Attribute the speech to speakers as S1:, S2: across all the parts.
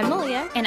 S1: And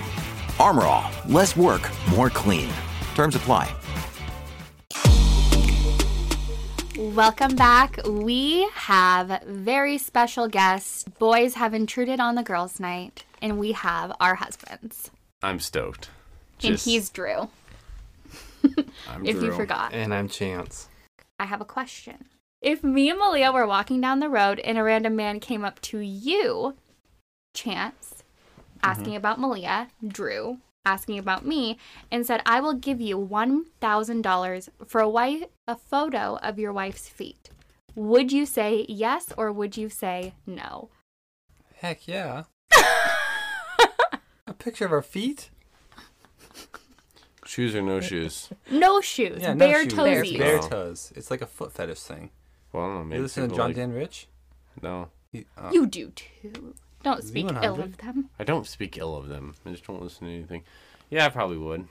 S2: Armorall, less work, more clean. Terms apply.
S1: Welcome back. We have very special guests. Boys have intruded on the girls' night, and we have our husbands.
S3: I'm stoked.
S1: And
S3: Just-
S1: he's Drew.
S3: I'm
S1: if you
S3: Drew.
S1: forgot.
S4: And I'm Chance.
S1: I have a question. If me and Malia were walking down the road and a random man came up to you, Chance,
S4: Mm-hmm.
S1: asking about Malia, Drew, asking about me, and said, I will give you $1,000 for a, wife, a photo of your wife's feet, would you say yes or would you say no?
S4: Heck yeah. a picture of our feet?
S3: shoes or no shoes.
S1: No shoes,
S4: Yeah, no
S1: bare
S4: shoes.
S1: toesies.
S4: Bare
S3: Oh.
S4: toes. It's like a foot fetish thing.
S3: Well, I don't know. Maybe
S4: you listen to
S3: people
S4: John
S3: like-
S4: Dan Rich?
S3: No,
S4: He- uh,
S1: You do too. Don't speak ill
S4: 100?
S1: of them.
S3: I don't speak ill of them. I just don't listen to anything. Yeah, I probably would,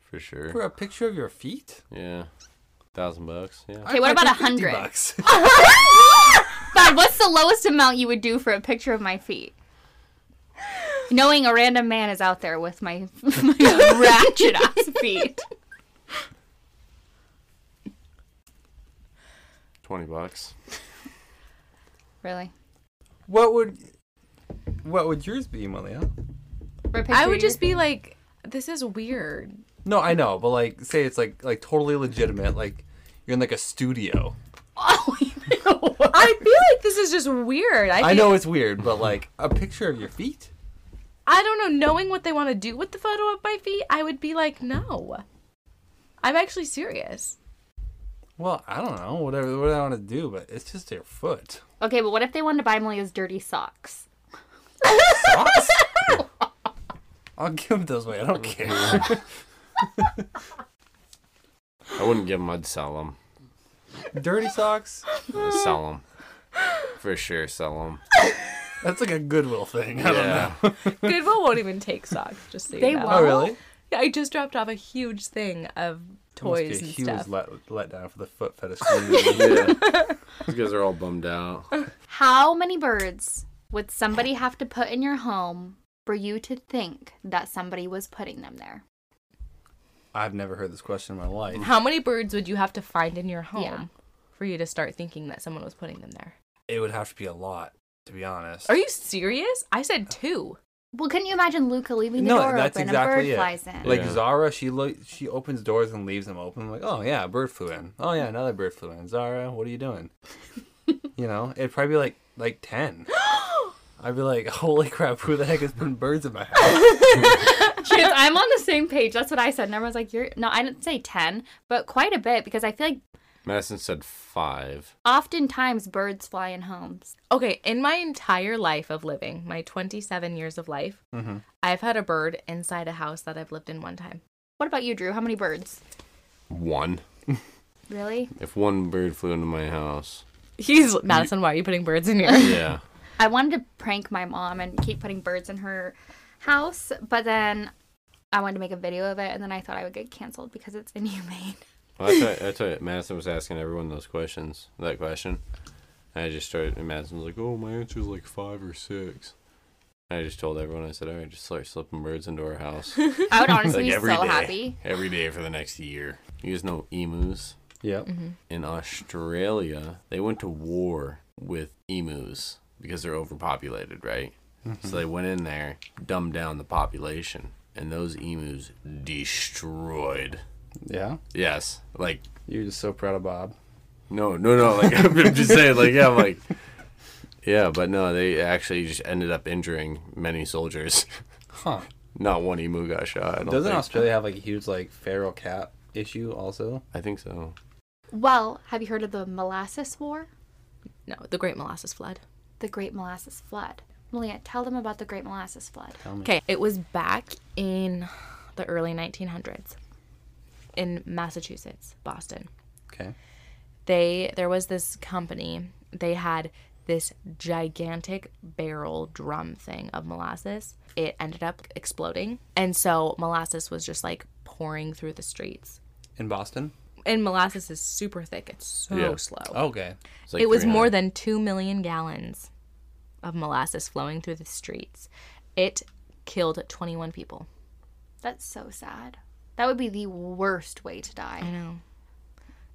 S3: for sure.
S4: for a picture of your feet?
S3: Yeah, thousand bucks. Yeah,
S1: Okay, what about a
S4: pay 50
S1: hundred?
S4: bucks.
S1: God, what's the lowest amount you would do for a picture of my feet? Knowing a random man is out there with my, my ratchet ass feet.
S3: twenty bucks.
S1: Really?
S4: what would what would yours be, Malia?
S1: For a picture
S5: I
S1: of
S5: would
S1: your
S5: just
S1: feet?
S5: be like, this is weird.
S4: No, I know, but like say it's like like totally legitimate, like you're in like a studio.
S1: Oh, even worse.
S5: I feel like this is just weird. I, feel,
S4: I know it's weird, but like a picture of your feet?
S5: I don't know. Knowing what they want to do with the photo of my feet, I would be like, no. I'm actually serious.
S4: Well, I don't know, whatever what I want to do, but it's just their foot.
S1: Okay, but what if they wanted to buy Malia's dirty socks?
S4: Socks? I'll give them those away. I don't care.
S3: I wouldn't give them. I'd sell them.
S4: Dirty socks?
S3: I'd sell them. For sure, sell them.
S4: That's like a goodwill thing. I don't know.
S3: Yeah.
S5: Goodwill won't even take socks. Just so you
S1: They
S5: know.
S1: won't?
S4: Oh, really?
S5: I just dropped off a huge thing of toys and
S4: huge
S5: stuff.
S4: let, down for the foot fetish. community.
S3: yeah. These guys are all bummed out.
S1: How many birds would somebody have to put in your home for you to think that somebody was putting them there?
S4: I've never heard this question in my life.
S5: How many birds would you have to find in your home
S1: Yeah.
S5: for you to start thinking that someone was putting them there?
S4: It would have to be a lot, to be honest.
S5: Are you serious? I said two.
S1: Well, couldn't you imagine Luca leaving the
S4: no,
S1: door
S4: that's
S1: open
S4: exactly
S1: and a bird
S4: it.
S1: flies in?
S4: Like
S3: Yeah.
S4: Zara, she lo- she opens doors and leaves them open. like, oh yeah, a bird flew in. Oh yeah, another bird flew in. Zara, what are you doing? you know, it'd probably be like like ten. I'd be like, holy crap, who the heck is putting birds in my house?
S1: Kids, I'm on the same page. That's what I said. And everyone's like, you're, no, I didn't say 10, but quite a bit because I feel like
S3: Madison said five.
S1: oftentimes birds fly in homes.
S5: Okay, in my entire life of living, my 27 years of life, I've had a bird inside a house that I've lived in one time.
S1: What about you, Drew? How many birds?
S3: One.
S1: Really?
S3: If one bird flew into my house.
S5: He's Madison. Why are you putting birds in here?
S3: Yeah.
S1: I wanted to prank my mom and keep putting birds in her house, but then I wanted to make a video of it, and then I thought I would get canceled because it's inhumane.
S3: Well, I thought, I thought Madison was asking everyone those questions, that question. And I just started, and Madison was like, oh, my answer's like five or six. And I just told everyone, I said, all right, just start slipping birds into our house.
S1: I would honestly
S3: like
S1: be
S3: every
S1: so
S3: day.
S1: happy.
S3: Every day for the next year. You guys know emus?
S4: yep.
S3: In Australia, they went to war with emus because they're overpopulated, right? So they went in there, dumbed down the population, and those emus destroyed.
S4: Yeah.
S3: Yes, like
S4: You're just so proud of Bob.
S3: No, no, no. Like I'm just saying, like yeah, I'm like yeah, but no, they actually just ended up injuring many soldiers.
S4: Huh.
S3: Not one emu got shot. I don't
S4: Doesn't
S3: think.
S4: Australia have like a huge like feral cat issue also?
S3: I think so.
S1: Well, have you heard of the Molasses War?
S5: No, the Great Molasses Flood.
S1: The Great Molasses Flood. Malia, tell them about the Great Molasses Flood.
S5: Okay, it was back in the early 1900s in Massachusetts, Boston.
S4: Okay.
S5: They there was this company. They had this gigantic barrel drum thing of molasses. It ended up exploding, and so molasses was just like pouring through the streets.
S4: In Boston?
S5: And molasses is super thick. It's so
S3: Yeah.
S5: slow.
S4: Okay.
S3: It's like
S5: it was
S3: 300.
S5: more than 2 million gallons of molasses flowing through the streets. It killed 21 people.
S1: That's so sad. That would be the worst way to die.
S5: know.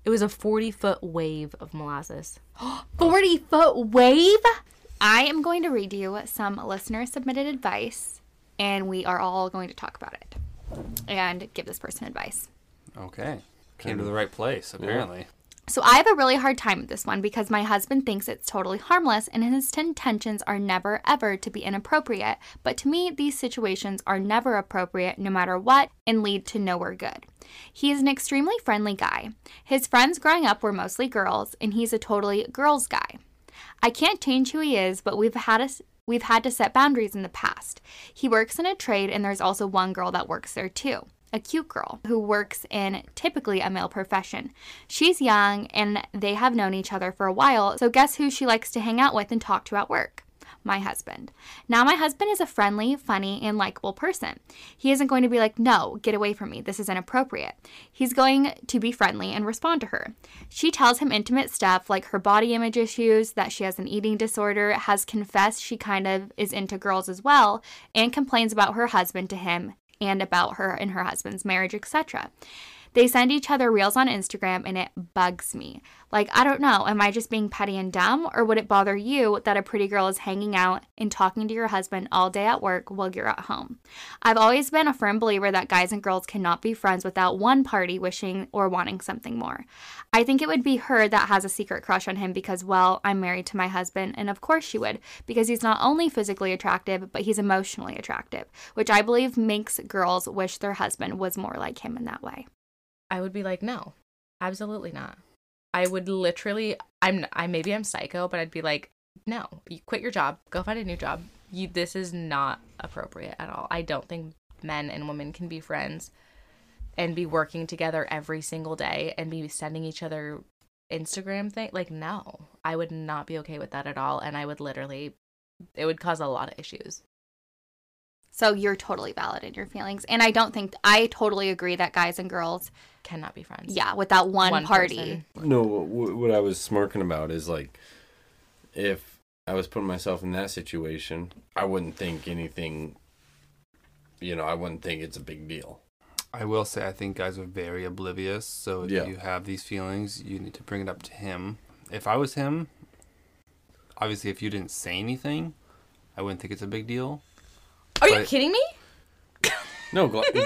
S5: It was a 40 foot wave of molasses.
S1: 40 foot wave? I am going to read you some listener submitted advice, and we are all going to talk about it and give this person advice.
S4: Okay. Came to the right place, apparently.
S1: So I have a really hard time with this one because my husband thinks it's totally harmless and his intentions are never ever to be inappropriate. But to me, these situations are never appropriate no matter what and lead to nowhere good. He is an extremely friendly guy. His friends growing up were mostly girls and he's a totally girls guy. I can't change who he is, but we've had a we've had to set boundaries in the past. He works in a trade and there's also one girl that works there too. A cute girl who works in typically a male profession. She's young and they have known each other for a while, so guess who she likes to hang out with and talk to at work? my husband. Now, my husband is a friendly, funny, and likable person. He isn't going to be like, no, get away from me. This is inappropriate. He's going to be friendly and respond to her. She tells him intimate stuff like her body image issues, that she has an eating disorder, has confessed she kind of is into girls as well, and complains about her husband to him and about her and her husband's marriage, etc. They send each other reels on Instagram and it bugs me. Like, I don't know, am I just being petty and dumb, or would it bother you that a pretty girl is hanging out and talking to your husband all day at work while you're at home? I've always been a firm believer that guys and girls cannot be friends without one party wishing or wanting something more. I think it would be her that has a secret crush on him because, well, I'm married to my husband, and of course she would, because he's not only physically attractive, but he's emotionally attractive, which I believe makes girls wish their husband was more like him in that way.
S5: I would be like, no, absolutely not. I would literally, I'm, I maybe I'm psycho, but I'd be like, no, you quit your job, go find a new job. You, this is not appropriate at all. I don't think men and women can be friends and be working together every single day and be sending each other Instagram thing. Like, no, I would not be okay with that at all. And I would literally, it would cause a lot of issues.
S1: So you're totally valid in your feelings. And I don't think I totally agree that guys and girls,
S5: Cannot be friends.
S1: yeah, without one, party.
S5: person.
S3: No, what, what I was smirking about is like, if I was putting myself in that situation, I wouldn't think anything. You know, I wouldn't think it's a big deal.
S4: I will say I think guys are very oblivious, so if
S3: Yeah.
S4: you have these feelings, you need to bring it up to him. If I was him, obviously if you didn't say anything, I wouldn't think it's a big deal.
S5: Are you
S4: But-
S5: kidding me?
S3: No, gl- gu- dude,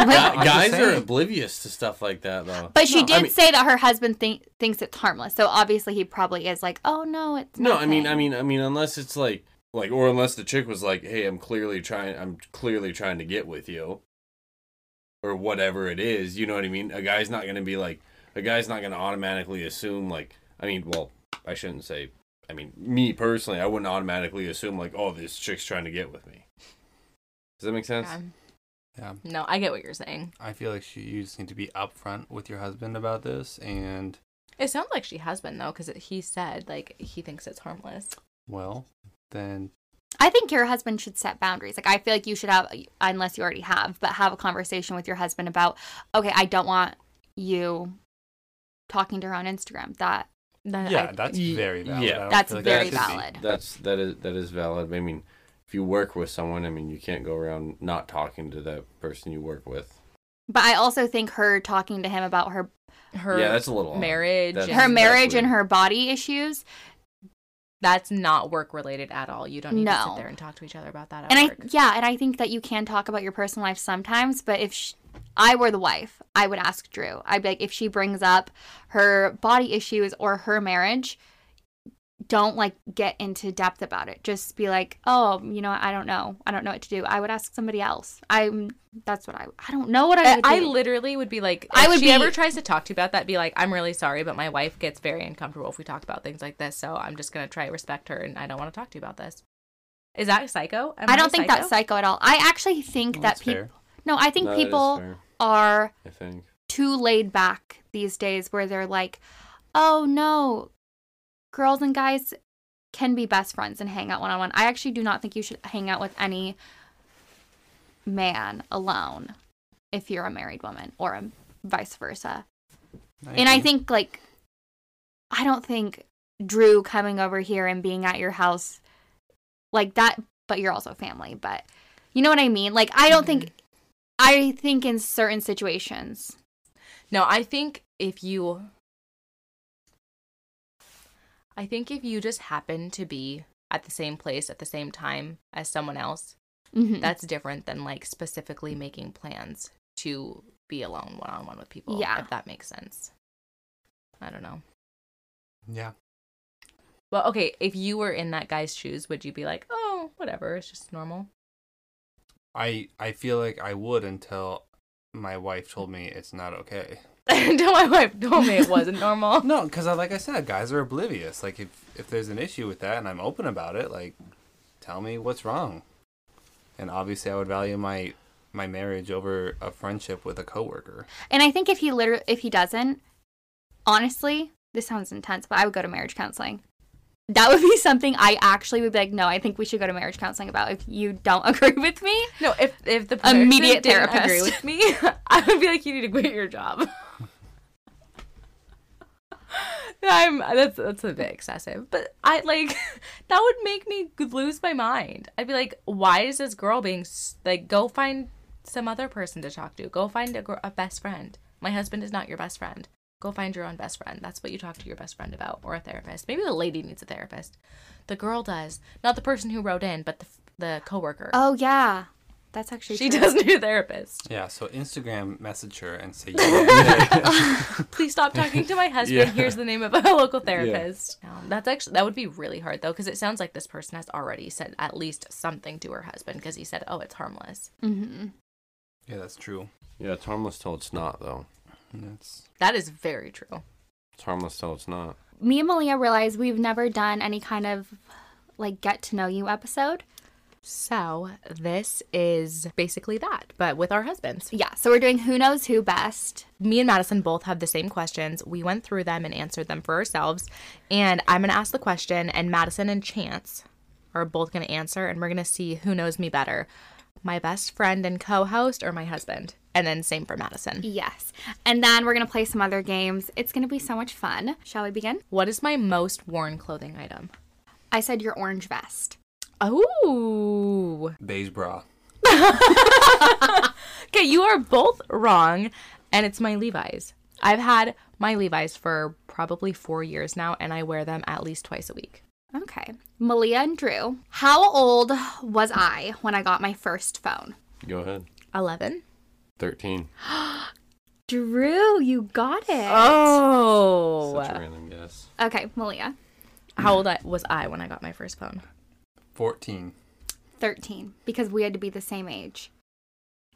S3: gu-
S4: just
S3: guys are
S4: saying.
S3: oblivious to stuff like that, though.
S1: But she
S3: No, I
S1: did
S3: mean-
S1: say that her husband think, thinks it's harmless. So obviously he probably is like, oh no, it's
S3: No, I mean,
S1: nothing."
S3: I mean, I mean, unless it's like, like, or unless the chick was like, "Hey, I'm clearly trying, I'm clearly trying to get with you," or whatever it is. You know what I mean? A guy's not gonna be like, a guy's not gonna automatically assume like, I mean, well, I shouldn't say. I mean, me personally, I wouldn't automatically assume like, "Oh, this chick's trying to get with me." Does that make sense?
S5: Um,
S4: Yeah.
S5: no, I get what you're saying.
S4: I feel like she, you just need to be upfront with your husband about this, and
S5: It sounds like she has been though, because he said like he thinks it's harmless.
S4: well, then
S1: I think your husband should set boundaries. Like I feel like you should have, unless you already have, but have a conversation with your husband about, okay, I don't want you talking to her on Instagram. That
S5: That
S4: yeah,
S5: I-
S4: that's
S3: Ye-
S4: very valid.
S3: yeah.
S4: I don't
S1: That's
S4: feel like
S1: very
S4: that should be.
S1: valid.
S3: That's that is that is valid. I mean, if you work with someone, I mean, you can't go around not talking to that person you work with.
S1: but I also think her talking to him about her
S5: her.
S3: yeah, that's a little odd.
S5: marriage
S3: That's-
S5: and-
S1: her
S3: that's
S1: marriage and
S3: weird.
S1: her body issues
S5: that's not work related at all. You don't need to
S1: No.
S5: sit there and talk to each other about that. At
S1: and I
S5: work.
S1: yeah, and I think that you can talk about your personal life sometimes, but if sh I were the wife, I would ask Drew. I'd be like, if she brings up her body issues or her marriage, don't like get into depth about it. Just be like, oh, you know, I don't know, I don't know what to do. I would ask somebody else. I'm that's what I I don't know what I
S5: I,
S1: would
S5: Uh, I
S1: do.
S5: literally would be like, if
S1: I would
S5: she
S1: be-
S5: ever tries to talk to you about that, be like, I'm really sorry, but my wife gets very uncomfortable if we talk about things like this, so I'm just gonna try to respect her, and I don't want to talk to you about this. Is that psycho? Am
S1: I don't think
S5: psycho?
S1: that's psycho at all. I actually think
S4: Well,
S1: that
S4: that's
S1: people
S4: fair.
S1: No, I think
S3: No, that is
S1: people
S3: fair,
S1: are
S3: I think.
S1: too laid back these days where they're like, oh no, girls and guys can be best friends and hang out one on one. I actually do not think you should hang out with any man alone if you're a married woman or um, vice versa. and I think, like, I don't think Drew coming over here and being at your house like that, but you're also family, but you know what I mean? Like, I don't think, I think in certain situations,
S5: No, I think if you I think if you just happen to be at the same place at the same time as someone else,
S1: Mhm.
S5: that's different than like specifically making plans to be alone one on one with people.
S1: Yeah.
S5: If that makes sense. I don't know.
S4: yeah.
S5: Well, okay, if you were in that guy's shoes, would you be like, oh, whatever, it's just normal?
S4: I I feel like I would until my wife told me it's not okay.
S5: Until my wife told me it wasn't normal.
S4: No, because I, like I said, guys are oblivious. Like if if there's an issue with that and I'm open about it, like tell me what's wrong. And obviously, I would value my my marriage over a friendship with a coworker.
S1: And I think if he literally, if he doesn't, honestly, this sounds intense, but I would go to marriage counseling. That would be something I actually would be like, no, I think we should go to marriage counseling about if you don't agree with me.
S5: No, if if the person
S1: Immediate
S5: didn't agree
S1: therapist.
S5: with me, I would be like, you need to quit your job. I'm that's that's a bit excessive, but I like that would make me lose my mind. I'd be like, why is this girl being s- like? Go find some other person to talk to. Go find a, gr- a best friend. My husband is not your best friend. Go find your own best friend. That's what you talk to your best friend about, or a therapist. Maybe the lady needs a therapist. The girl does, not the person who wrote in, but the f- the coworker.
S1: Oh yeah, that's actually
S5: She
S1: true.
S5: does need a therapist.
S4: Yeah. So Instagram message her and say, yeah,
S5: Please stop talking to my husband.
S3: Yeah.
S5: Here's the name of a local therapist. No, that's actually that would be really hard though, because it sounds like this person has already said at least something to her husband, because he said, "Oh, it's harmless."
S1: Mm-hmm.
S4: yeah, that's true.
S3: Yeah, it's harmless till it's not though.
S4: That's
S5: That is very true.
S3: It's harmless till it's not.
S1: Me and Malia realized we've never done any kind of like get to know you episode.
S5: So this is basically that, but with our husbands.
S1: Yeah, so we're doing who knows who best.
S5: Me and Madison both have the same questions. We went through them and answered them for ourselves, and I'm gonna ask the question, and Madison and Chance are both gonna answer, and we're gonna see who knows me better, my best friend and co-host or my husband, and then same for Madison.
S1: Yes. And then we're going to play some other games. It's going to be so much fun. Shall we begin?
S5: What is my most worn clothing item?
S1: I said your orange vest.
S5: Oh,
S4: beige bra.
S5: okay, you are both wrong, and it's my Levi's. I've had my Levi's for probably four years now, and I wear them at least twice a week.
S1: Okay. Malia and Drew, how old was I when I got my first phone?
S3: Go ahead.
S5: 11.
S3: Thirteen.
S1: Drew, you got it.
S5: Oh.
S3: Such a random guess.
S1: Okay, Malia,
S5: How old I, was I when I got my first phone?
S4: Fourteen.
S1: 13, because we had to be the same age.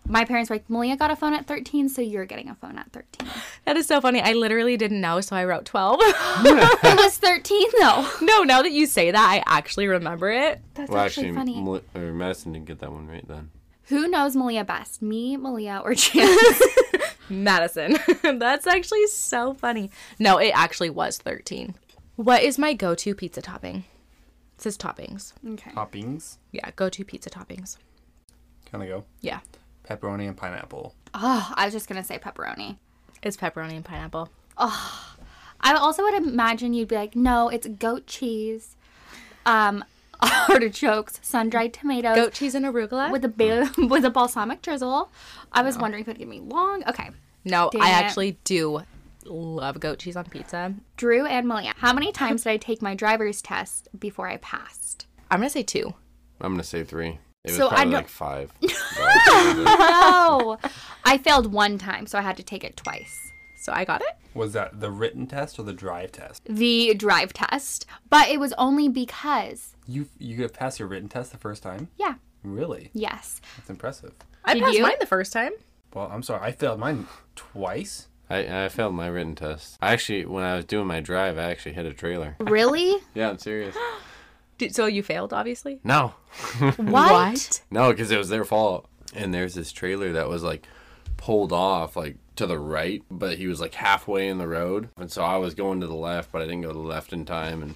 S1: My parents were like, Malia got a phone at 13, so you're getting a phone at 13.
S5: That is so funny. I literally didn't know, so I wrote 12.
S1: it was 13, though.
S5: no, now that you say that, I actually remember it.
S1: That's
S3: well,
S1: actually,
S3: actually,
S1: funny.
S3: Mal- or Madison didn't get that one right then.
S1: Who knows Malia best, me, Malia, or Chance?
S5: Madison. That's actually so funny. No, it actually was 13. What is my go to pizza topping? It says toppings.
S1: okay.
S4: Toppings.
S5: Yeah, go to pizza toppings.
S4: Can I go?
S5: Yeah,
S4: Pepperoni and pineapple.
S1: Oh, I was just going to say pepperoni.
S5: it's pepperoni and pineapple.
S1: I also would imagine you'd be like, no, it's goat cheese, um, artichokes, sun dried tomatoes,
S5: Goat cheese and arugula?
S1: with a ba- with a balsamic drizzle. I was wondering if it'd give me long. Okay,
S5: no,
S1: Damn
S5: I
S1: it.
S5: actually do love goat cheese on pizza.
S1: Drew and Malia, how many times did I take my driver's test before I passed?
S5: I'm going to say two.
S3: I'm gonna say three. It was
S1: So I
S3: probably
S1: don't-
S3: like five. But-
S1: No, I failed one time, so I had to take it twice.
S5: So I got it.
S4: Was that the written test or the drive test?
S1: The drive test, but it was only because,
S4: You you get past your written test the first time?
S1: yeah,
S4: Really?
S1: yes,
S4: That's impressive.
S5: I
S1: Did
S5: passed
S1: you?
S5: mine the first time.
S4: Well, I'm sorry, I failed mine twice.
S3: I, I failed my written test. I actually, when I was doing my drive, I actually hit a trailer.
S1: really,
S3: Yeah, I'm serious.
S5: Did, so you failed, obviously.
S3: No,
S1: what?
S3: no, because it was their fault. and there's this trailer that was like pulled off like to the right, but he was like halfway in the road, and so I was going to the left, but I didn't go to the left in time, and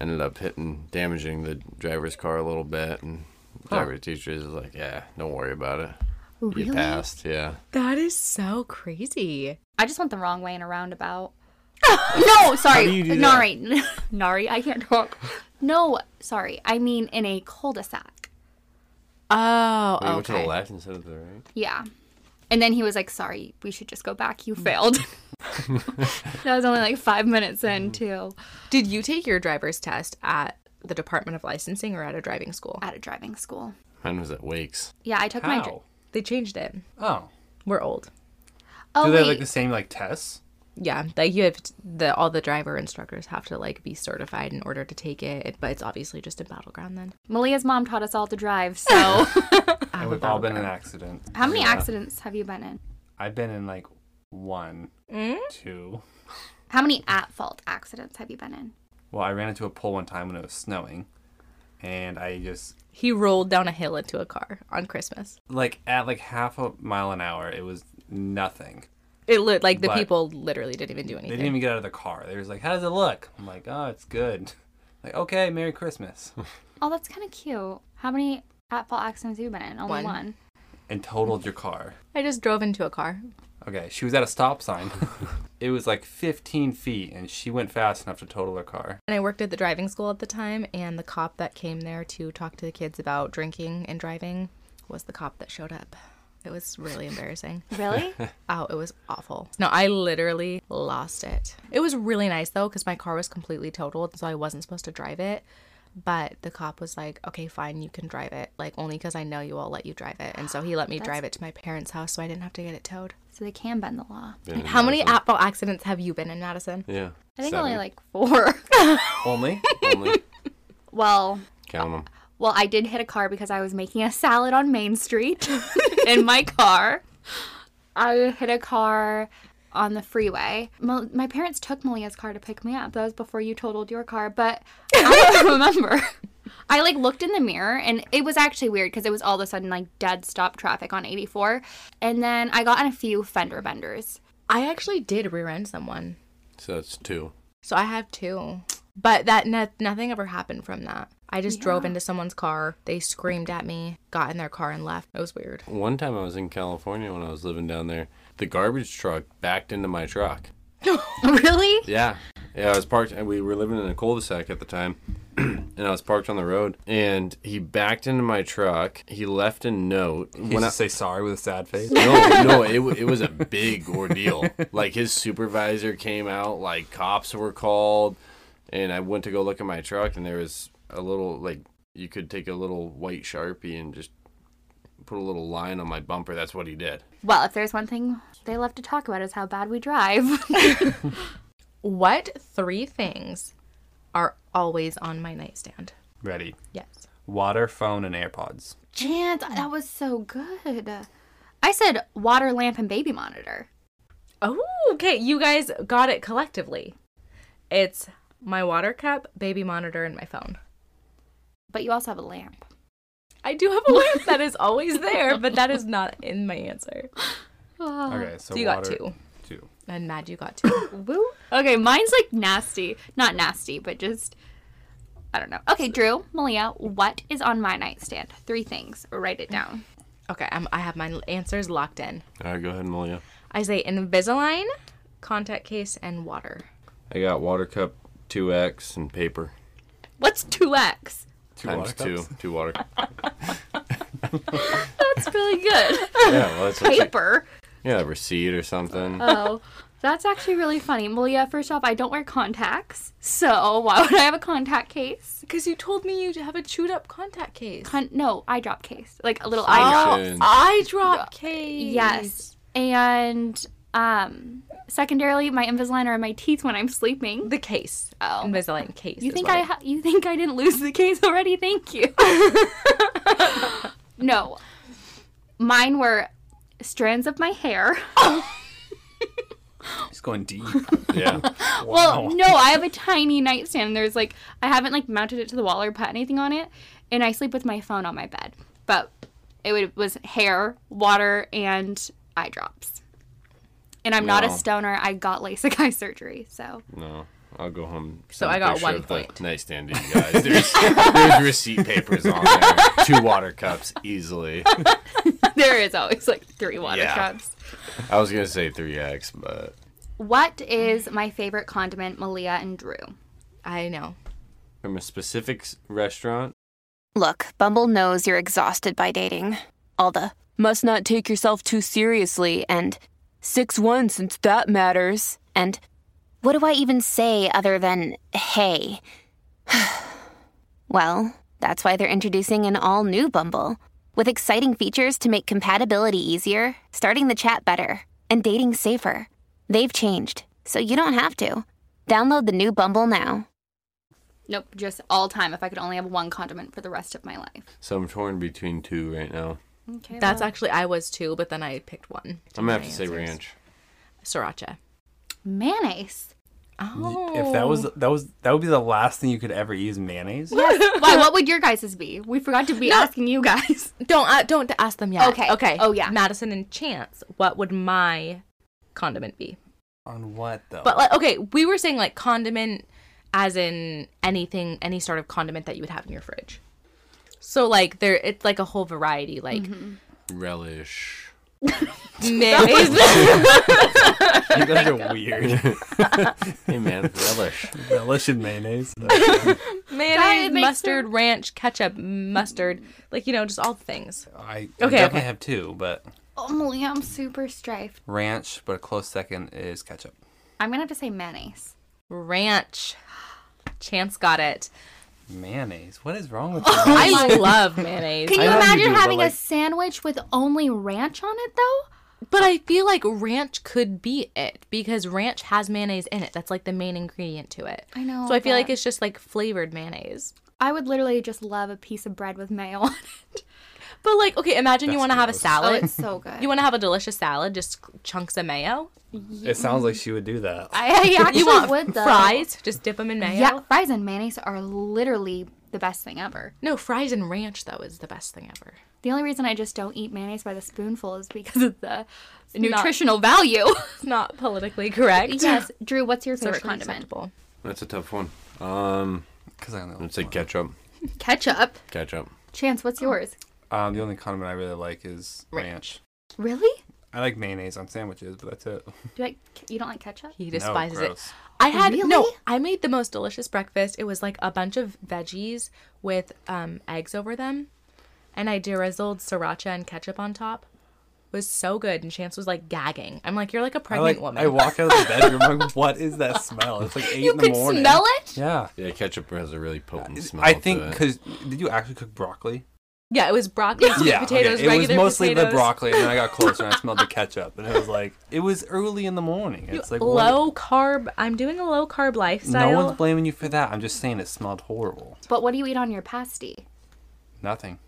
S3: ended up hitting, damaging the driver's car a little bit, and driver teacher is like, "Yeah, don't worry about it. You passed. Yeah,
S5: That is so crazy.
S1: I just went the wrong way in a roundabout. no, sorry.
S3: do you do that?
S1: Nari. Nari, I can't talk. No, sorry. I mean in a cul-de-sac.
S5: Oh,
S3: we went to the
S5: okay.
S3: left instead of the right.
S1: Yeah. And then he was like, sorry, we should just go back. You failed. that was only like five minutes in, too,
S5: Did you take your driver's test at the Department of Licensing or at a driving school?
S1: at a driving school.
S3: Mine was at Wakes.
S1: Yeah, I took my. dri-
S4: How?
S5: They changed it.
S4: Oh.
S5: We're old.
S1: oh,
S4: Do they
S1: wait.
S4: have like the same like tests?
S5: Yeah, like you have t- the all the driver instructors have to like be certified in order to take it, but it's obviously just a battleground then.
S1: Malia's mom taught us all to drive. So,
S4: And we've all been in accidents.
S1: how many accidents have you been in?
S4: I've been in like one,
S1: Mm?
S4: two.
S1: How many at fault accidents have you been in?
S4: Well, I ran into a pole one time when it was snowing, and I just
S5: He rolled down a hill into a car on Christmas.
S4: like at like half a mile an hour, it was nothing.
S5: It looked like the
S4: But-
S5: people literally didn't even do
S4: They
S5: anything.
S4: didn't even get out of the car. They was like, "How does it look?" I'm like, "Oh, it's good." Like, okay, Merry Christmas.
S1: Oh, that's kind of cute. How many at fault accidents have you been in? Only
S5: One.
S1: one.
S4: and totaled your car.
S5: I just drove into a car.
S4: Okay, she was at a stop sign. it was like 15 feet, and she went fast enough to total her car.
S5: And I worked at the driving school at the time, and the cop that came there to talk to the kids about drinking and driving was the cop that showed up. It was really embarrassing.
S1: Really?
S5: Oh, it was awful. No, I literally lost it. It was really nice though, because my car was completely totaled, so I wasn't supposed to drive it. But the cop was like, okay, fine, you can drive it. Like, only because I know you, I'll let you drive it. And so he let me drive it to my parents' house so I didn't have to get it towed.
S1: so they can bend the law.
S3: Been in
S5: How many
S3: Madison.
S5: at fault accidents have you been in, Madison?
S3: Yeah,
S1: I think
S3: Seven.
S1: only like four.
S4: Only?
S3: only
S1: well,
S3: count them.
S1: well, I did hit a car because I was making a salad on Main Street in my car. I hit a car on the freeway. Mal- my parents took Malia's car to pick me up. That was before you totaled your car, but I don't remember. I like looked in the mirror and it was actually weird because it was all of a sudden like dead stop traffic on 84. And then I got in a few fender benders.
S5: I actually did rear end someone.
S3: So that's two.
S5: So I have two. But that no- nothing ever happened from that. I just drove into someone's car. They screamed at me, got in their car, and left. It was weird.
S3: One time I was in California when I was living down there. The garbage truck backed into my truck.
S1: really?
S3: Yeah. Yeah, I was parked and we were living in a cul-de-sac at the time. and I was parked on the road and he backed into my truck. He left a note.
S4: He used to say sorry with a sad face.
S3: no, no, it, wa- it was a big ordeal. Like his supervisor came out, like cops were called, and I went to go look at my truck, and there was a little like you could take a little white sharpie and just put a little line on my bumper. That's what he did.
S1: Well, if there's one thing they love to talk about is how bad we drive.
S5: What three things are always on my nightstand?
S4: Ready.
S5: Yes.
S4: Water, phone, and AirPods.
S1: Chance, that was so good. I said water lamp and baby monitor.
S5: Oh, okay. You guys got it collectively. It's my water cup, baby monitor, and my phone.
S1: But you also have a lamp.
S5: I do have a lamp that is always there, but that is not in my answer.
S4: Okay, so,
S5: Uh, So you got
S4: water.
S5: two.
S4: two.
S5: And Mad, you got two.
S1: Woo. Okay, mine's like nasty. Not nasty, but just I don't know. Okay, Drew, Malia, what is on my nightstand? Three things. Write it down.
S5: Okay, I'm, I have my answers locked in.
S3: All right, go ahead, Malia.
S5: I say Invisalign, contact case, and water.
S3: I got water cup, two X, and paper.
S1: What's two X?
S4: Two
S3: times
S4: water
S3: two,
S4: cups.
S3: two water.
S1: That's really good.
S3: yeah, well, that's what you-
S1: Paper.
S3: yeah, a receipt or something.
S5: Uh,
S1: Oh. That's actually really funny. Malia, first off, I don't wear contacts. So why would I have a contact case?
S5: Because you told me you have a chewed up contact case.
S1: Con- no, eye drop case. Like a little eye drop.
S5: Oh,
S3: Congratulations.
S5: eye drop case.
S1: Yes. And um secondarily my Invisalign are in my teeth when I'm sleeping.
S5: The case. Uh,
S1: Oh.
S5: Invisalign case.
S1: You
S5: is
S1: think
S5: what
S1: I ha- you think I didn't lose the case already? Thank you. no. Mine were strands of my hair.
S4: He's going deep.
S3: yeah,
S1: Well, no, I have a tiny nightstand and there's like I haven't like mounted it to the wall or put anything on it and I sleep with my phone on my bed. But It would- was hair, water, and eye drops. And I'm not a
S3: Wow.
S1: stoner. I got LASIK eye surgery, so
S3: No, I'll go home.
S5: So
S3: send a
S5: I got
S3: picture
S5: one
S3: of the
S5: point.
S3: Nightstand to you guys. There's, there's receipt papers on there. Two water cups easily.
S1: there is always like three water
S3: Yeah.
S1: drops.
S3: I was gonna say three X, but
S1: What is my favorite condiment, Malia and Drew?
S5: I know.
S3: from a specific s- restaurant.
S6: Look, Bumble knows you're exhausted by dating. All the must not take yourself too seriously and 6 1 since that matters. And what do I even say other than hey? well, that's why they're introducing an all new Bumble with exciting features to make compatibility easier, starting the chat better, and dating safer. They've changed, so you don't have to. Download the new Bumble now.
S1: Nope, just all time. If I could only have one condiment for the rest of my life.
S3: So I'm torn between two right now.
S1: Okay.
S5: That's
S1: well,
S5: actually I was too, but then I picked one.
S3: I'm gonna have
S5: My
S3: to say
S5: answers.
S3: ranch.
S5: Sriracha.
S1: mayonnaise.
S5: Oh.
S4: If that was that was that would be the last thing you could ever use mayonnaise.
S1: Why? What would your guys's be? We forgot to be asking you guys.
S5: don't uh, don't ask them yet.
S1: Okay.
S5: Okay.
S1: Oh, yeah.
S5: Madison and Chance, what would my condiment be?
S4: On what though?
S5: But like, okay, we were saying like condiment, as in anything, any sort of condiment that you would have in your fridge. So like there, it's like a whole variety. Like
S1: Mm-hmm.
S3: Relish.
S5: mayonnaise.
S4: you guys are weird.
S3: Hey man, relish.
S4: Relish and mayonnaise.
S1: Sorry,
S5: mayonnaise,
S1: it makes
S5: mustard, ranch, ketchup, mustard, like you know, just all the things.
S4: I, I
S5: Okay,
S4: definitely
S5: okay.
S4: have two, but
S1: Oh, Malia, I'm super strafed.
S4: ranch, but a close second is ketchup.
S1: I'm gonna have to say mayonnaise.
S5: Ranch. Chance got it.
S4: Mayonnaise. What is wrong with you?
S5: I love mayonnaise,
S1: Can
S4: I
S1: you
S4: know you
S1: imagine
S4: do, but,
S1: having
S4: like-
S1: a sandwich with only ranch on it though?
S5: but I feel like ranch could be it because ranch has mayonnaise in it. That's like the main ingredient to it.
S1: I know,
S5: So I feel like
S1: but-
S5: it's just like flavored mayonnaise.
S1: I would literally just love a piece of bread with mayo on it.
S5: But like, okay, imagine you want to have a
S1: Oh,
S5: salad.
S1: it's so good.
S5: you want to have a delicious salad, just chunks of mayo.
S4: It sounds like she would do that.
S1: I, I actually
S5: You want
S1: would though.
S5: fries? Just dip them in mayo.
S1: Yeah, fries and mayonnaise are literally the best thing ever.
S5: No, fries and ranch though is the best thing ever.
S1: The only reason I just don't eat mayonnaise by the spoonful is because of the nutritional value.
S5: It's not politically correct.
S1: yes, Drew, what's your favorite
S5: Socially
S1: condiment?
S5: acceptable.
S3: That's a tough one. Um,
S4: Because I know.
S3: let's say ketchup.
S1: Ketchup. Oh.
S3: Ketchup.
S1: Chance, what's yours?
S4: Um, the only condiment I really like is ranch.
S1: Really?
S4: I like mayonnaise on sandwiches, but that's it.
S1: Do I, you don't like ketchup?
S5: He
S4: No,
S5: despises it.
S4: gross.
S5: I had no.
S1: Really?
S5: I made the most delicious breakfast. It was like a bunch of veggies with um, eggs over them, and I drizzled sriracha and ketchup on top. It was so good, and Chance was like gagging. I'm like, you're like a
S4: I
S5: pregnant
S4: like.
S5: woman.
S4: I walk out of the bedroom. I'm like, what is that smell? It's like eight in the morning.
S1: it?
S4: Yeah.
S3: Yeah, ketchup has a really potent smell.
S4: I
S3: to
S4: think
S3: it.
S4: because did you actually cook broccoli?
S5: Yeah, it was broccoli, sweet potatoes,
S4: okay. It was
S5: regular
S4: mostly
S5: potatoes.
S4: the broccoli, and then I got closer and I smelled the ketchup, and it was like it was early in the morning. It's like what-
S5: low carb. I'm doing a low carb
S4: No
S5: lifestyle.
S4: one's blaming you for that. I'm just saying it smelled horrible.
S1: But what do you eat on your pasty?
S4: Nothing.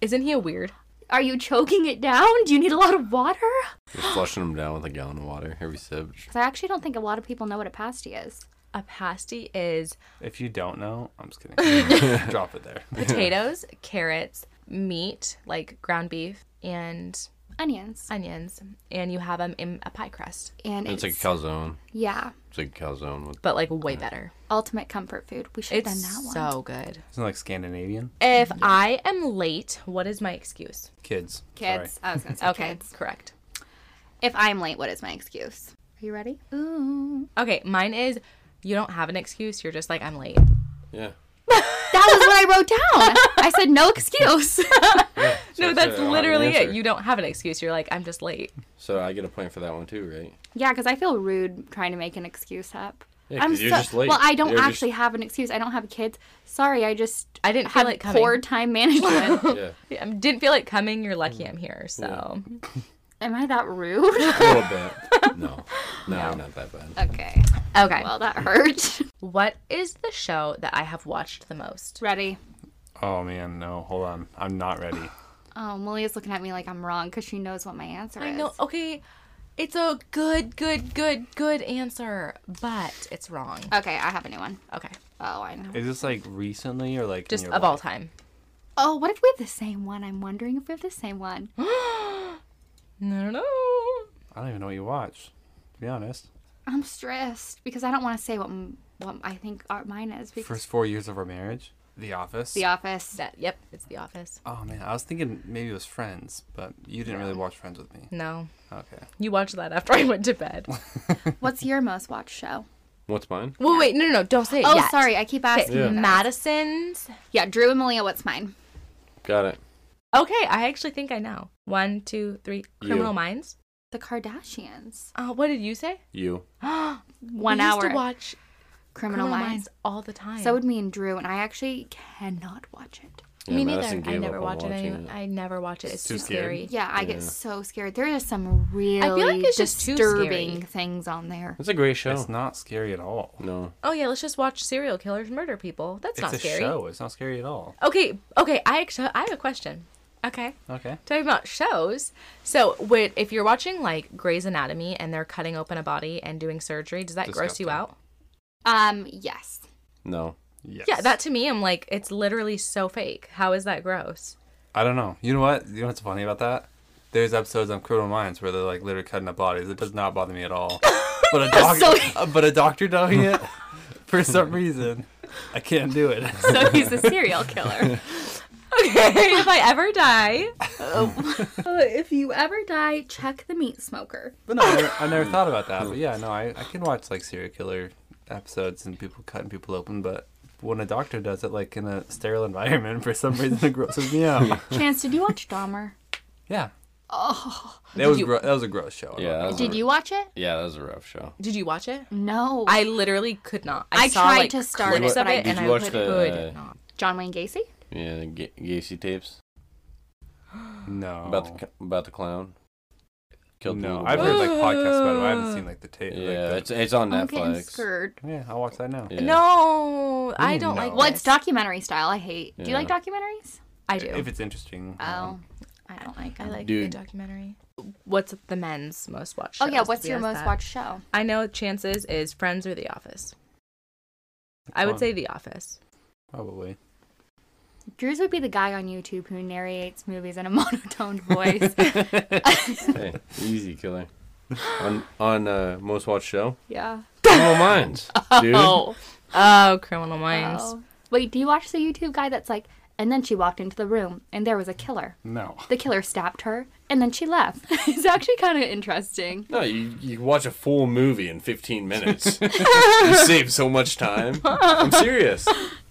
S5: Isn't he a weird?
S1: Are you choking it down? Do you need a lot of water?
S3: Just flushing them down with a gallon of water every sip.
S1: 'Cause I actually don't think a lot of people know what a pasty is.
S5: A pasty is
S4: If you don't know, I'm just kidding. Drop it there.
S5: potatoes, carrots, meat like ground beef, and
S1: Onions.
S5: onions, and you have them in a pie crust,
S1: And
S3: It's
S1: it's,
S3: like calzone.
S1: yeah,
S3: It's like calzone with
S5: but like way better.
S1: ultimate comfort food. We should have done
S5: It's
S1: that one.
S5: so good.
S4: Isn't it like Scandinavian
S5: If I am late, what is my excuse?
S4: kids. Sorry.
S1: Kids. I was going to say
S5: Okay,
S1: kids.
S5: correct.
S1: If I'm late, what is my excuse? Are you ready? Ooh.
S5: Okay, mine is you don't have an excuse. You're just like I'm late.
S3: yeah.
S1: That was what I wrote down. I said no excuse.
S5: no, that's
S3: I don't have an
S5: literally it.
S3: answer.
S5: You don't have an excuse. You're like I'm just late.
S3: So I get a point for that one too, right?
S1: yeah, because I feel rude trying to make an excuse up.
S3: Yeah,
S1: I'm
S3: 'cause
S1: so
S3: you're just late.
S1: well. I don't
S3: You're just-
S1: actually have an excuse. I don't have kids. Sorry, I just
S5: I didn't feel
S1: have
S5: like coming.
S1: poor time management.
S3: Yeah,
S5: I didn't feel like coming. You're lucky I'm here. So
S1: Am I that rude?
S3: a little bit. No, no, I'm not that bad.
S1: okay.
S5: okay,
S1: Well, that hurt.
S5: what is the show that I have watched the most?
S1: ready.
S4: Oh man, no. Hold on. I'm not ready.
S1: Oh, Malia's looking at me like I'm wrong because she knows what my answer
S5: I
S1: is.
S5: know. Okay, it's a good, good, good, good answer, but it's wrong.
S1: Okay, I have a new one.
S5: Okay,
S1: Oh, I know.
S4: Is this like recently or like in
S5: just
S4: your
S5: of
S4: life?
S5: all time.
S1: Oh, what if we have the same one? I'm wondering if we have the same one.
S5: No, no, no.
S4: I don't even know what you watch, to be honest.
S1: I'm stressed because I don't want to say what m- what I think are mine is because
S4: First four years of our marriage, The Office.
S1: The Office.
S5: That, yep, it's The Office.
S4: Oh man, I was thinking maybe it was Friends, but you didn't really watch Friends with me.
S5: No,
S4: Okay.
S5: you watched that after I went to bed.
S1: What's your most watched show?
S3: What's mine?
S5: well, wait, no, no, no, don't say it
S1: Oh,
S5: yet.
S1: sorry, I keep asking.
S5: Okay,
S1: you that.
S5: Madison's.
S1: Yeah, Drew and Malia. What's mine?
S3: Got it.
S5: Okay, I actually think I know. One, two, three. Criminal
S3: You.
S5: Minds.
S1: The Kardashians.
S5: Uh, what did you say?
S3: You.
S1: One
S5: we
S1: hour.
S5: Used to watch
S1: Criminal, Minds.
S5: all the time.
S1: So would me and Drew, and I actually cannot watch it.
S5: me
S3: Yeah,
S5: neither.
S3: Madison
S5: I
S3: gave
S5: never
S3: up on
S5: watch it.
S3: watching
S5: Any-
S3: it.
S5: I never watch it. It's
S4: too
S5: too scary.
S4: scary.
S1: Yeah, I get so scared. There are some really
S5: it's just too
S1: disturbing
S5: scary.
S1: things on there.
S3: It's a great show.
S4: It's not scary at all.
S3: no.
S5: Oh yeah, let's just watch serial killers murder people. That's
S4: It's
S5: not
S4: a
S5: scary.
S4: show. It's not scary at all.
S5: Okay, okay. I actually I have a question. Okay.
S4: Okay.
S5: Talking about shows, so wait, if you're watching like Grey's Anatomy and they're cutting open a body and doing surgery, does that gross you
S4: Disgusting.
S5: out?
S1: Um, yes.
S3: No.
S4: Yes.
S5: Yeah, that to me, I'm like, it's literally so fake. How is that gross?
S4: I don't know. You know what? You know what's funny about that? There's episodes on Criminal Minds where they're like literally cutting up bodies. It does not bother me at all. But a doctor, but a doctor doing it for some reason, I can't do it.
S1: So he's a serial killer.
S5: Okay, if I ever die,
S1: Uh, if you ever die, check the meat smoker.
S4: But no, I never, I never thought about that. But yeah, no, I, I can watch like serial killer episodes and people cutting people open, but when a doctor does it like in a sterile environment, for some reason it grosses me out.
S1: Chance, did you watch Dahmer?
S4: Yeah. Oh. That was
S5: you-
S4: gro- that was a gross show.
S3: Yeah. That was
S1: Did
S3: a,
S1: you watch it?
S3: Yeah, that was a rough show.
S5: did you watch it?
S1: No.
S5: I literally could not. I,
S1: I
S5: saw,
S1: tried
S5: like,
S1: to start
S5: clips
S1: it, but
S5: of
S1: I
S5: it,
S1: didn't.
S5: and
S3: Did
S5: I
S3: you watch
S5: could,
S3: the-
S5: could not.
S1: John Wayne Gacy?
S3: Yeah, the Ga- Gacy tapes
S4: No.
S3: about the c- about the clown. Killed the
S4: no,
S3: little
S4: I've
S3: boy.
S4: heard like podcasts about it. but I haven't seen like the tape. like,
S3: Yeah,
S4: the-
S3: it's it's on
S1: Oh, I'm getting
S3: Netflix.
S1: scared.
S4: yeah. I'll watch that now.
S3: Yeah.
S5: No, I don't like.
S1: Well, it's
S5: this.
S1: documentary style. I hate. Do you like
S3: Yeah.
S1: documentaries?
S5: I do.
S4: If it's
S3: um,
S4: interesting.
S1: Oh, I don't like.
S5: I like
S3: Dude.
S5: the documentary. What's the men's most watched?
S1: Oh yeah,
S5: shows?
S1: what's your
S5: Yes,
S1: most
S5: that.
S1: watched show?
S5: I know chances is Friends or The Office. I would
S4: on.
S5: say The Office.
S4: Probably.
S1: Drew's would be the guy on YouTube who narrates movies in a monotone voice.
S3: Hey, easy killer. on on uh, most watched show,
S1: yeah.
S3: Criminal Minds, dude.
S5: Oh, Criminal Minds.
S1: Oh. Wait, do you watch the YouTube guy that's like, and then she walked into the room and there was a killer.
S4: No.
S1: The killer stabbed her and then she left. it's actually kind of interesting.
S3: No, you you watch a full movie in 15 minutes. you save so much time. I'm serious.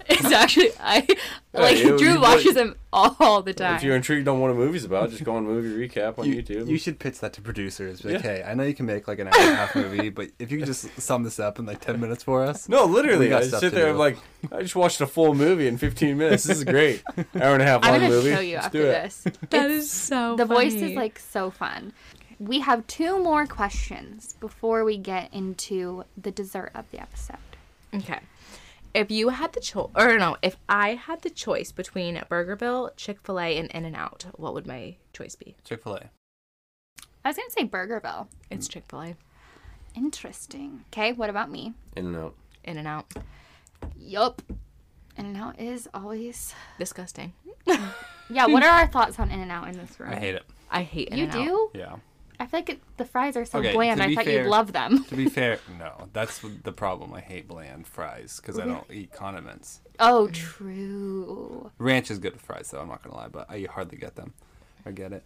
S1: It's actually I like
S3: you-
S1: Drew
S3: you-
S1: watches him all the time.
S3: If you're intrigued on what a movie's about, just go on movie recap on YouTube.
S4: You should pitch that to producers. Like, hey, I know you can make like an hour and a half movie, but if you could just sum this up in like ten minutes for us.
S3: no, literally,
S4: got
S3: I
S4: stuff
S3: sit
S4: to
S3: there.
S4: do.
S3: I'm like, I just watched a full movie in 15 minutes. This is great. Hour and a half
S1: I'm
S3: long
S1: gonna
S3: movie.
S1: show you
S3: Let's
S1: after
S3: do it.
S1: this.
S5: That is so.
S1: The voice is
S5: funny.
S1: like so fun. We have two more questions before we get into the dessert of the episode.
S5: Okay. If you had the choice, or no, if I had the choice between Burger Bill, Chick Fil A, and In and Out, what would my choice be?
S4: Chick Fil A.
S1: I was gonna say Burgerville.
S3: Mm.
S5: It's Chick Fil A.
S1: Interesting. Okay, what about me?
S3: In and out.
S5: In and Out.
S1: Yup. In and out is always.
S5: Disgusting.
S1: Yeah, what are our thoughts on In and Out in this room?
S4: I hate it.
S5: I hate In
S1: You
S5: and Out.
S1: do?
S4: Yeah.
S1: I feel like it, the fries are so
S4: Okay,
S1: bland.
S4: to
S1: I
S4: be
S1: thought
S4: fair-
S1: you'd love them.
S4: To be fair, no. That's the problem. I hate bland fries because I don't eat condiments.
S1: Oh, true.
S4: Ranch is good with fries, though. I'm not gonna lie, but I hardly get them. I get it.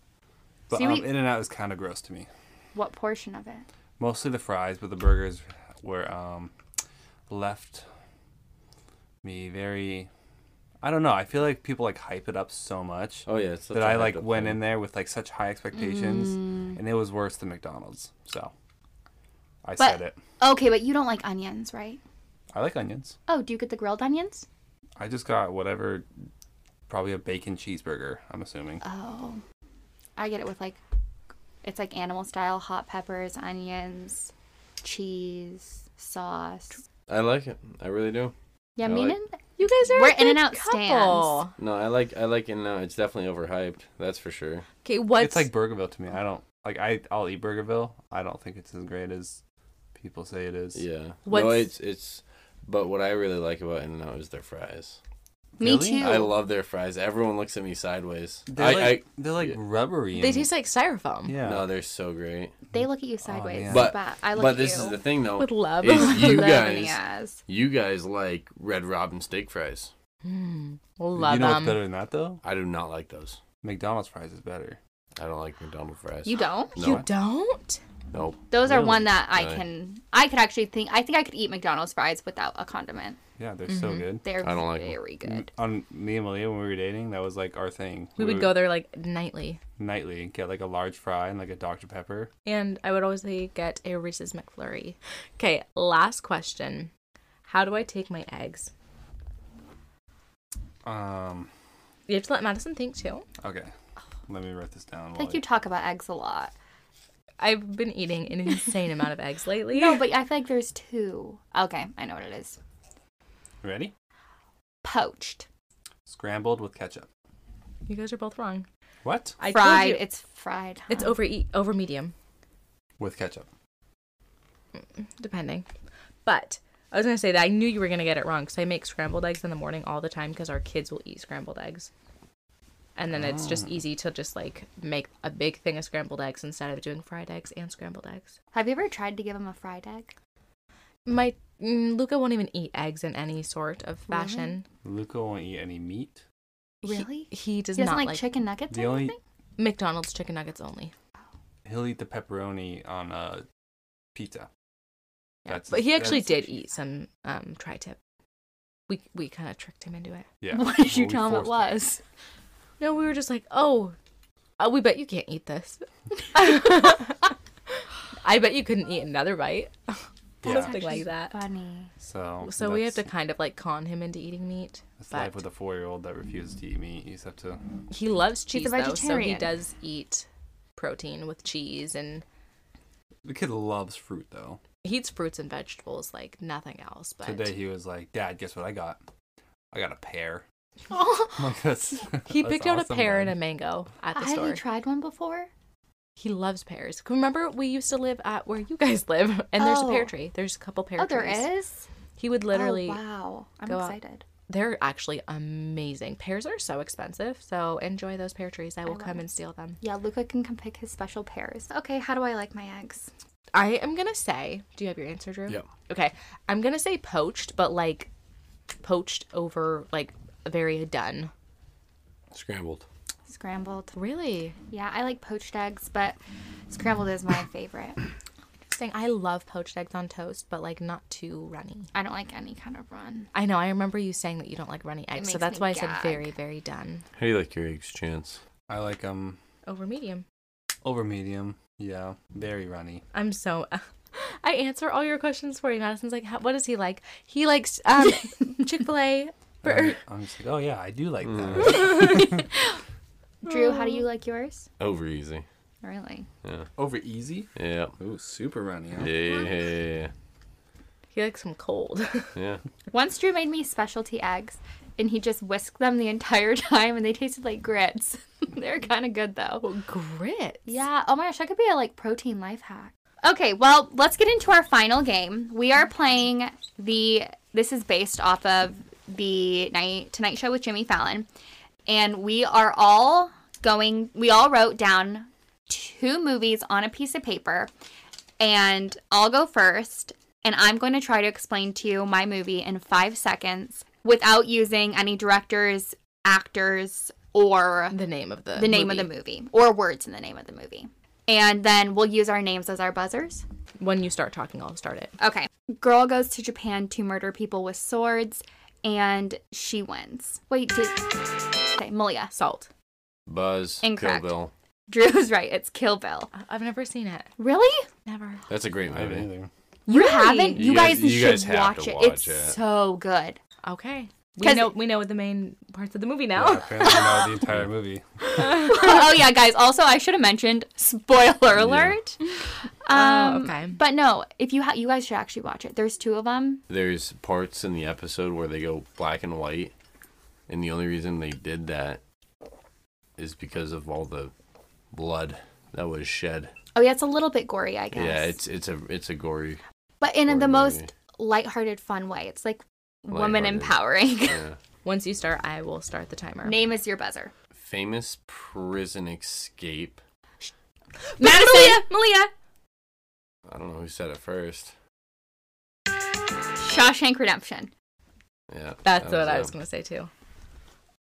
S4: But
S1: See,
S4: um,
S1: we-
S4: In and Out is kind of gross to me.
S1: What portion of it?
S4: Mostly the fries, but the burgers were um, left me very. I don't know. I feel like people like hype it up so much
S3: Oh yeah, it's such
S4: that
S3: a
S4: I
S3: hyped
S4: like
S3: up
S4: went
S3: thing.
S4: in there with like such high expectations,
S5: Mm.
S4: and it was worse than McDonald's. So I said it.
S1: Okay, but you don't like onions, right?
S4: I like onions.
S1: Oh, do you get the grilled onions?
S4: I just got whatever, probably a bacon cheeseburger. I'm assuming.
S1: Oh. I get it with like, it's like animal style hot peppers, onions, cheese, sauce.
S3: I like it. I really do.
S1: Yeah,
S3: I
S1: me
S3: like-
S1: and
S5: You guys are
S1: We're
S5: a good
S1: In-N-Out
S5: couple.
S3: No, I like I like In and Out. It's definitely overhyped. That's for sure.
S5: Okay, what's
S4: It's like Burgerville to me. I don't like. I I'll eat Burgerville. I don't think it's as great as people say it is.
S3: Yeah. No,
S5: What's-
S3: it's it's. But what I really like about In and Out is their fries.
S1: Me
S3: Really?
S1: too.
S3: I love their fries. Everyone looks at me sideways.
S4: They're
S3: I,
S4: like,
S3: I
S4: they're like rubbery.
S5: They
S4: and-
S5: taste like styrofoam.
S4: yeah.
S3: no, they're so great.
S1: they look at you sideways,
S4: yeah.
S1: but,
S3: But
S1: I look
S3: but
S1: at
S3: this
S1: you
S3: is the thing though.
S1: with love.
S3: is
S1: Love
S3: you
S1: in the
S3: guys-
S1: eyes.
S3: You guys like Red Robin steak fries.
S5: Hmm. Love
S4: you know what's
S5: them.
S4: better than that though?
S3: I do not like those.
S4: McDonald's fries is better.
S3: I don't like McDonald's fries.
S1: You don't?
S3: No.
S5: You don't?
S3: Nope.
S1: Those are one
S3: Really?
S1: that I
S3: Really?
S1: can I could actually think I think I could eat McDonald's fries without a condiment.
S4: Yeah, they're so good.
S1: They're
S3: I don't like 'em.
S1: very good.
S4: On me and Malia when we were dating, that was like our thing.
S5: We would go there like nightly.
S4: nightly, get like a large fry and like a Dr Pepper.
S5: And I would always say, get a Reese's McFlurry. Okay, last question. How do I take my eggs?
S4: Um,
S5: You have to let Madison think too.
S4: okay, let me write this
S1: I
S4: down. while
S1: think you talk about eggs a lot.
S5: I've been eating an insane amount of eggs lately.
S1: No, but I feel like there's two. Okay, I know what it is.
S4: I- ready?
S1: Poached,
S4: Scrambled with ketchup.
S5: you guys are both wrong.
S4: What?
S5: I told
S1: fried.
S5: you.
S1: It's fried.
S5: It's
S1: huh?
S5: over eat over medium,
S4: With ketchup.
S5: depending. But I was gonna say that I knew you were gonna get it wrong because I make scrambled eggs in the morning all the time because our kids will eat scrambled eggs, and then it's
S4: Ah.
S5: just easy to just like make a big thing of scrambled eggs instead of doing fried eggs and scrambled eggs.
S1: Have you ever tried to give them a fried egg?
S5: My mm, Luca won't even eat eggs in any sort of
S1: Really?
S5: fashion.
S4: Luca won't eat any meat.
S5: He-
S1: Really?
S5: He, does
S1: he doesn't
S5: not
S1: like,
S5: like,
S1: chicken nuggets
S4: the
S1: or
S4: only-
S1: anything.
S5: McDonald's chicken nuggets only.
S4: He'll eat the pepperoni on a pizza.
S5: Yeah.
S4: That's-
S5: but he actually
S4: that's-
S5: did eat some um, tri-tip. We we kind of tricked him into it.
S4: Yeah.
S1: What did you
S4: Well, we
S1: tell him it
S4: forced
S1: was?
S5: No, we were just like, oh, uh, we bet you can't eat this. I bet you couldn't eat another bite.
S4: Yeah.
S5: Something like that.
S1: Funny.
S4: So.
S5: So we have to
S4: that's-
S5: kind of like con him into eating meat.
S4: It's
S5: But
S4: life with a four-year-old that refuses to eat meat. You just have to.
S5: he loves
S1: He's a
S5: cheese though, so he
S1: vegetarian.
S5: does eat protein with cheese and
S4: The kid loves fruit though.
S5: he eats fruits and vegetables like nothing else. But
S4: Today he was like, "Dad, guess what I got? I got a pear." I'm
S5: he
S4: like, that's, that's
S5: picked out a
S4: awesome,
S5: pear
S4: bud."
S5: and a mango at the
S1: Have
S5: store.
S1: you tried one before?
S5: he loves pears. Remember, we used to live at where you guys live, and there's a pear
S1: Oh.
S5: tree. There's a couple pear
S1: Oh,
S5: trees.
S1: there is.
S5: He would
S1: Oh,
S5: literally
S1: wow, I'm
S5: go out-
S1: excited.
S5: They're actually amazing. Pears are so expensive, so enjoy those pear trees. I will
S1: love
S5: come
S1: it.
S5: and steal them.
S1: Yeah, Luca can come pick his special pears. Okay, how do I like my eggs?
S5: I am gonna say, do you have your answer, Drew?
S3: Yeah.
S5: Okay, I'm gonna say poached, but like poached over like very done.
S3: Scrambled.
S1: Scrambled.
S5: Really
S1: Yeah, I like poached eggs, but scrambled is my favorite.
S5: interesting. I love poached eggs on toast, but like not too runny.
S1: I don't like any kind of run.
S5: I know. I remember you saying that you don't like runny eggs, so
S1: makes
S5: that's
S1: me
S5: why I
S1: gag.
S5: said very, very done
S3: How do you like your eggs, Chance?
S4: I like um
S5: over medium.
S4: over medium. Yeah, very runny.
S5: I'm so. I answer all your questions for you. Madison's like, "How- what does he like? He likes um, Chick Fil A.
S4: I'm, I'm just like, oh yeah, I do like
S3: Mm.
S4: that.
S1: Drew, how do you like yours?
S3: Over easy.
S1: Really?
S4: over easy.
S3: Yeah.
S4: Ooh, super runny.
S3: Yeah. Yeah.
S5: He likes them cold."
S3: yeah.
S1: Once Drew made me specialty eggs, and he just whisked them the entire time, and they tasted like grits. they were kind of good though.
S5: Grit.
S1: Yeah. Oh my gosh, that could be a like protein life hack. Okay, well, let's get into our final game. We are playing the. This is based off of the night Tonight Show with Jimmy Fallon, and we are all going. We all wrote down two movies on a piece of paper, and I'll go first. And I'm going to try to explain to you my movie in five seconds without using any directors, actors, or
S5: The name of the
S1: the name of the movie or words in the name of the movie. And then we'll use our names as our buzzers.
S5: When you start talking, I'll start it.
S1: Okay. Girl goes to Japan to murder people with swords and she wins. Wait, did. Okay, Malia.
S5: Salt.
S3: Buzz.
S1: Incorrect.
S3: Kill Bill.
S1: Drew's right. It's Kill Bill.
S5: I- I've never seen it.
S1: Really?
S5: Never.
S3: That's a great
S4: I haven't
S3: movie.
S4: either.
S1: You haven't? You,
S3: You
S1: guys,
S3: guys- you
S1: should
S3: guys have
S1: watch,
S3: to
S1: it.
S3: watch
S1: It's
S3: it.
S1: so good.
S5: Okay. We
S1: 'Cause-
S5: know we know the main parts of the movie
S4: Yeah,
S5: now.
S4: apparently now the entire movie.
S1: oh, yeah, guys. Also, I should have mentioned spoiler alert. Um,
S5: okay.
S1: But no, if you ha- you guys should actually watch it. There's two of them.
S3: There's parts in the episode where they go black and white, and the only reason they did that is because of all the blood that was shed.
S1: Oh, yeah, it's a little bit gory, I guess.
S3: Yeah, it's it's a it's a gory.
S1: but in
S3: Or
S1: the
S3: maybe-
S1: most lighthearted, fun way. It's like woman
S3: Lighthearted.
S1: empowering.
S3: Yeah.
S5: Once you start, I will start the timer.
S1: Name is your buzzer.
S3: Famous prison escape.
S1: Madison, Malia, Malia.
S3: I don't know who said it first.
S1: Shawshank Redemption.
S3: Yeah.
S5: That's
S3: that
S5: what I was
S3: it.
S5: gonna say too.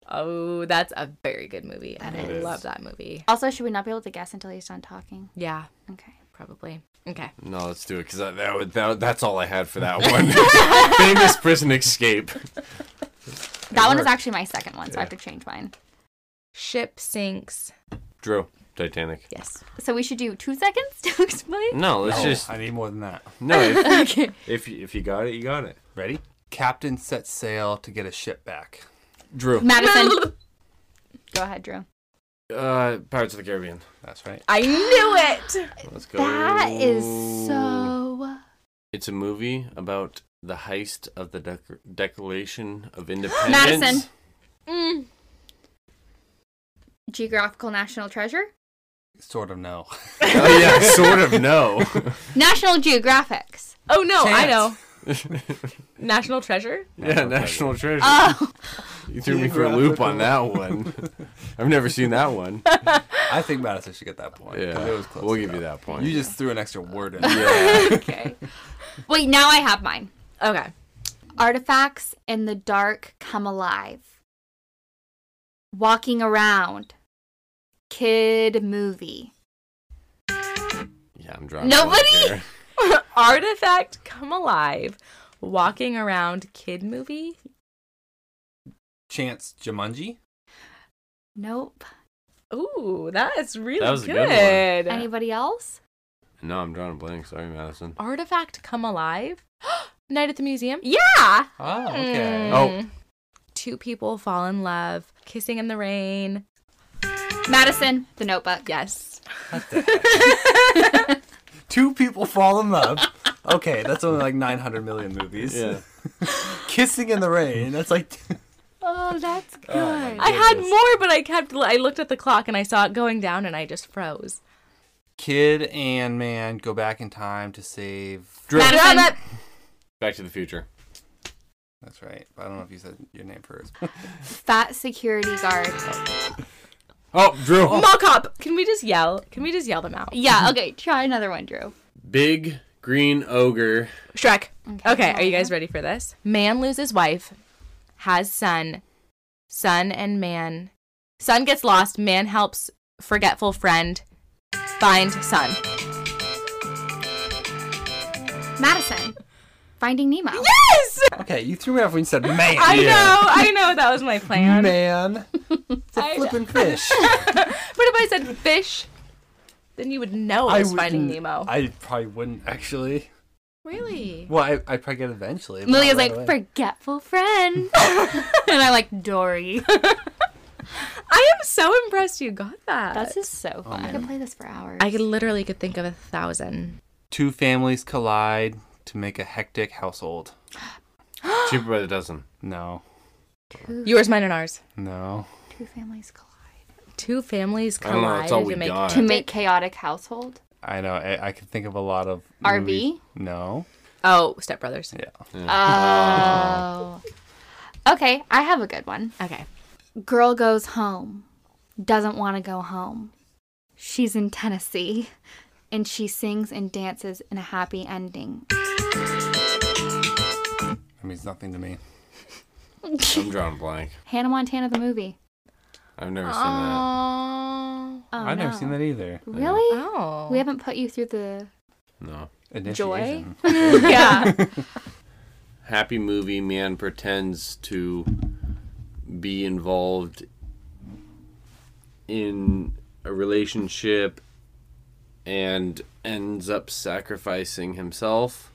S5: Oh, that's a very good movie, and I
S3: It is.
S5: love that movie.
S1: Also, should we not be able to guess until he's done talking?
S5: Yeah,
S1: Okay.
S5: probably. Okay.
S3: No, let's do it because that, that, would- that that's all I had for that one. Famous prison escape.
S1: That one is
S3: worked.
S1: actually my second one, so I have to change mine.
S5: Ship sinks.
S3: Drew, Titanic.
S5: Yes.
S1: So we should do two seconds to explain.
S3: No, let's
S4: No,
S3: just
S4: I need more than that.
S3: no. If,
S1: Okay.
S3: if you- if you got it, you got it.
S4: Ready? Captain sets sail to get a ship back.
S3: Drew,
S1: Madison. Go ahead, Drew.
S3: uh, Pirates of the Caribbean.
S4: That's right.
S5: I knew it.
S3: Let's go.
S1: That is so.
S3: It's a movie about the heist of the Dec- Declaration of Independence.
S1: Madison.
S5: Mm.
S1: Geographical National Treasure?
S4: Sort of no.
S3: Oh yeah, sort of. No.
S1: National Geographics.
S5: Oh no, I
S4: Chance.
S5: know. National Treasure.
S3: yeah, National Treasure.
S1: Oh,
S3: you threw me for a loop on that one. I've never seen that one.
S4: I think Madison should get that point. 'cause
S3: Yeah,
S4: It was close
S3: we'll
S4: enough.
S3: give you that point.
S4: You just threw an extra word in.
S3: yeah.
S1: okay. Wait, now I have mine.
S5: Okay.
S1: Artifacts in the dark come alive. Walking around. Kid movie.
S3: Yeah, I'm driving.
S1: Nobody?
S3: there.
S5: Artifact come alive. Walking around kid movie.
S4: Chance Jumanji.
S1: Nope.
S5: Ooh, that is really
S3: That was a
S5: good.
S3: good one.
S1: Anybody else?
S3: No, I'm drawing a blank. Sorry, Madison.
S5: Artifact come alive. Night at the museum.
S1: Yeah.
S4: Oh, okay.
S5: Hmm.
S3: Oh.
S5: Two people fall in love. Kissing in the rain.
S1: Madison, The Notebook.
S5: Yes.
S4: Two people fall in love. Okay, that's only like 900 million movies.
S3: Yeah.
S4: Kissing in the rain. That's like.
S1: Oh, that's good.
S5: I had more, but I kept. I looked at the clock and I saw it going down, and I just froze.
S4: Kid and man go back in time to save.
S3: Drew.
S1: Madison.
S3: Back to the Future.
S4: That's right. But I don't know if you said your name first.
S1: Fat security guard.
S3: Oh, Drew.
S5: Mock up. Can we just yell? Can we just yell them out?
S1: Yeah, okay. Try another one, Drew.
S3: Big green ogre.
S5: Shrek. Okay. Are you guys ready for this? Man loses wife, has son, son and man. Son gets lost. Man helps forgetful friend find son.
S1: Madison. Finding Nemo.
S5: Yes.
S4: okay, you threw me off when you said man.
S5: I know. I know. That was my plan.
S4: Man. It's a
S5: I-
S4: flippin' fish.
S5: What if I said fish? Then you would know I was finding
S4: wouldn't-
S5: Nemo.
S4: I probably wouldn't actually.
S5: really?
S4: Well, I I probably get it eventually. but not
S1: Lilia's
S4: right
S1: like,
S4: away.
S1: forgetful friend. and I'm like, Dory.
S5: I am so impressed you got that.
S1: That's just so fun. I could play this for hours.
S5: I could literally could think of a thousand.
S4: Two families collide to make a hectic household.
S3: Cheaper by the dozen.
S4: No,
S5: Yours, mine, and ours.
S4: no.
S1: Two families collide.
S5: Two families
S3: I don't know,
S5: collide
S3: that's all we
S5: to make.
S3: got.
S1: To make chaotic household.
S4: I know. I, I can think of a lot of
S1: RB?
S4: movies- No.
S5: Oh, Step Brothers.
S4: Yeah.
S1: Oh. Okay, I have a good one.
S5: Okay.
S1: Girl goes home, doesn't want to go home. She's in Tennessee, and she sings and dances in a happy ending.
S4: That means nothing to me.
S3: I'm drawing a blank.
S1: Hannah Montana, the movie.
S3: I've never seen that.
S5: Oh.
S1: Oh,
S4: I've never
S1: no.
S4: seen that either.
S1: Really?
S5: Oh.
S1: We haven't put you through the.
S3: No.
S4: Initiation.
S1: Yeah.
S3: Happy movie man pretends to be involved in a relationship and ends up sacrificing himself.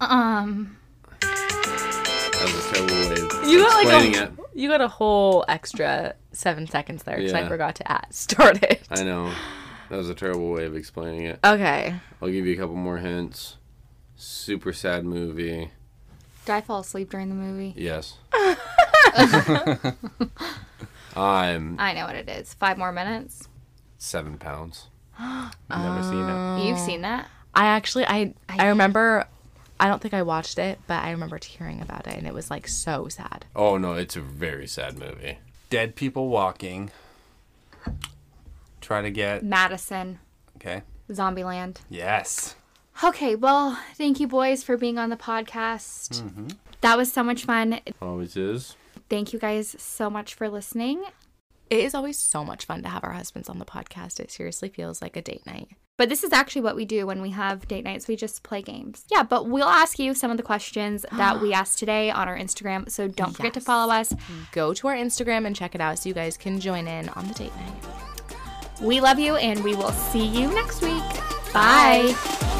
S1: um.
S3: That was a terrible way of
S5: You got
S3: explaining
S5: like a,
S3: it.
S5: you got a whole extra seven seconds there because I
S3: Yeah.
S5: forgot to add, start it.
S3: I know. That was a terrible way of explaining it.
S5: Okay.
S3: I'll give you a couple more hints. Super sad movie.
S1: Did I fall asleep during the movie?
S3: Yes. I'm
S1: I know what it is. Five more minutes.
S3: seven pounds.
S4: Never seen it.
S1: Uh. You've seen that?
S5: I actually I I remember I don't think I watched it, but I remember hearing about it and it was like so sad.
S3: Oh no, it's a very sad movie.
S4: Dead people walking. Try to get.
S1: Madison,
S4: Okay.
S1: Zombieland.
S4: Yes.
S1: Okay, well, thank you boys for being on the podcast. That was so much fun.
S3: Always is.
S1: Thank you guys so much for listening.
S5: It is always so much fun to have our husbands on the podcast. It seriously feels like a date night.
S1: But this is actually what we do when we have date nights. We just play games. Yeah, but we'll ask you some of the questions that we asked today on our Instagram. So don't forget to
S5: Yes.
S1: follow us.
S5: Go to our Instagram and check it out so you guys can join in on the date night.
S1: We love you and we will see you next week. Bye.